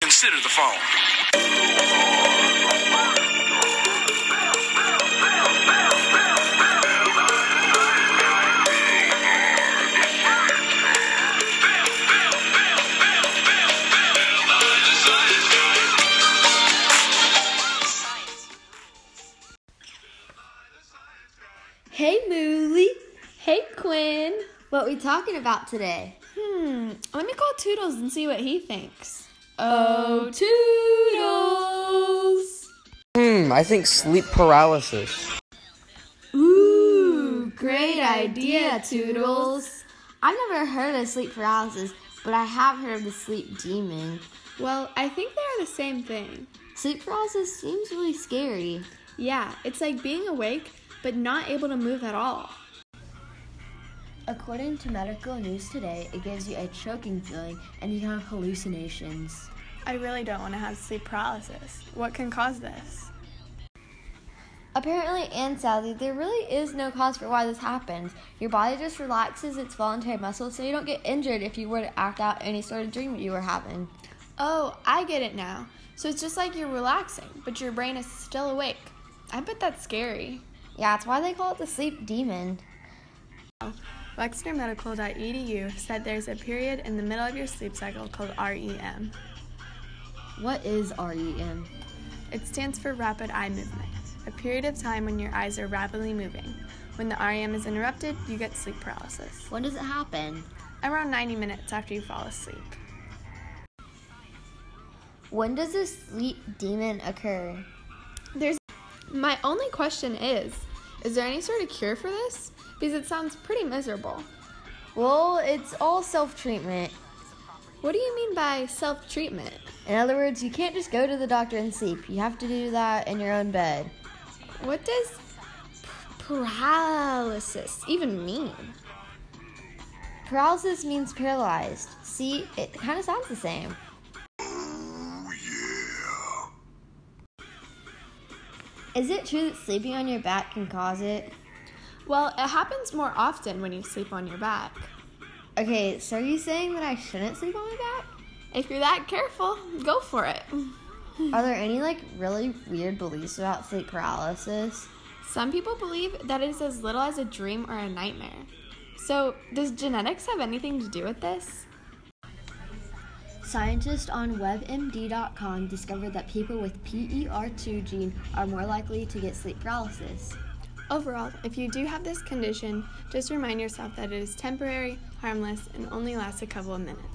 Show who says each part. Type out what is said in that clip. Speaker 1: Consider the phone.
Speaker 2: Hey Mooley. Hey Quinn. What we talking about today?
Speaker 3: Hmm. Let me call Toodles and see what he thinks.
Speaker 2: Oh,
Speaker 3: Oh, Toodles!
Speaker 4: Hmm, I think sleep paralysis.
Speaker 2: Ooh, great idea, Toodles. I've never heard of sleep paralysis, but I have heard of the sleep demon.
Speaker 3: Well, I think they are the same thing.
Speaker 2: Sleep paralysis seems really scary.
Speaker 3: Yeah, it's like being awake but not able to move at all.
Speaker 5: According to medical news today, it gives you a choking feeling and you can have hallucinations.
Speaker 6: I really don't want to have sleep paralysis. What can cause this?
Speaker 2: Apparently and sadly, there really is no cause for why this happens. Your body just relaxes its voluntary muscles so you don't get injured if you were to act out any sort of dream you were having.
Speaker 3: Oh, I get it now. So it's just like you're relaxing, but your brain is still awake. I bet that's scary.
Speaker 2: Yeah, it's why they call it the sleep demon.
Speaker 6: LexnerMedical.edu E said there's a period in the middle of your sleep cycle called E REM.
Speaker 5: What is E REM?
Speaker 6: It stands for rapid eye movement, a period of time when your eyes are rapidly moving. When the REM is interrupted, you get sleep paralysis,
Speaker 5: When does it happen?
Speaker 6: around 90 minutes after you fall asleep.
Speaker 2: When does the sleep demon occur?
Speaker 3: My only question is is there any sort of cure for this? Because it sounds pretty miserable.
Speaker 2: Well, it's all self treatment.
Speaker 3: What do you mean by self treatment?
Speaker 2: In other words, you can't just go to the doctor and sleep. You have to do that in your own bed.
Speaker 3: What does p- paralysis even mean?
Speaker 2: Paralysis means paralyzed. See, it kind of sounds the same. Is it true that sleeping on your back can cause it?
Speaker 3: Well, it happens more often when you sleep on your back.
Speaker 2: Okay, so are you saying that I shouldn't sleep on my
Speaker 3: If you're that careful, go for it.
Speaker 2: back? Are there any like really weird beliefs about sleep paralysis?
Speaker 3: Some people believe that it is as little as a dream or a nightmare. So, does genetics have anything to do with this?
Speaker 5: Scientists on WebMD.com discovered that people with PER2 gene are more likely to get sleep paralysis.
Speaker 6: Overall, if you do have this condition, just remind yourself that it is temporary, harmless, and only lasts a couple of minutes.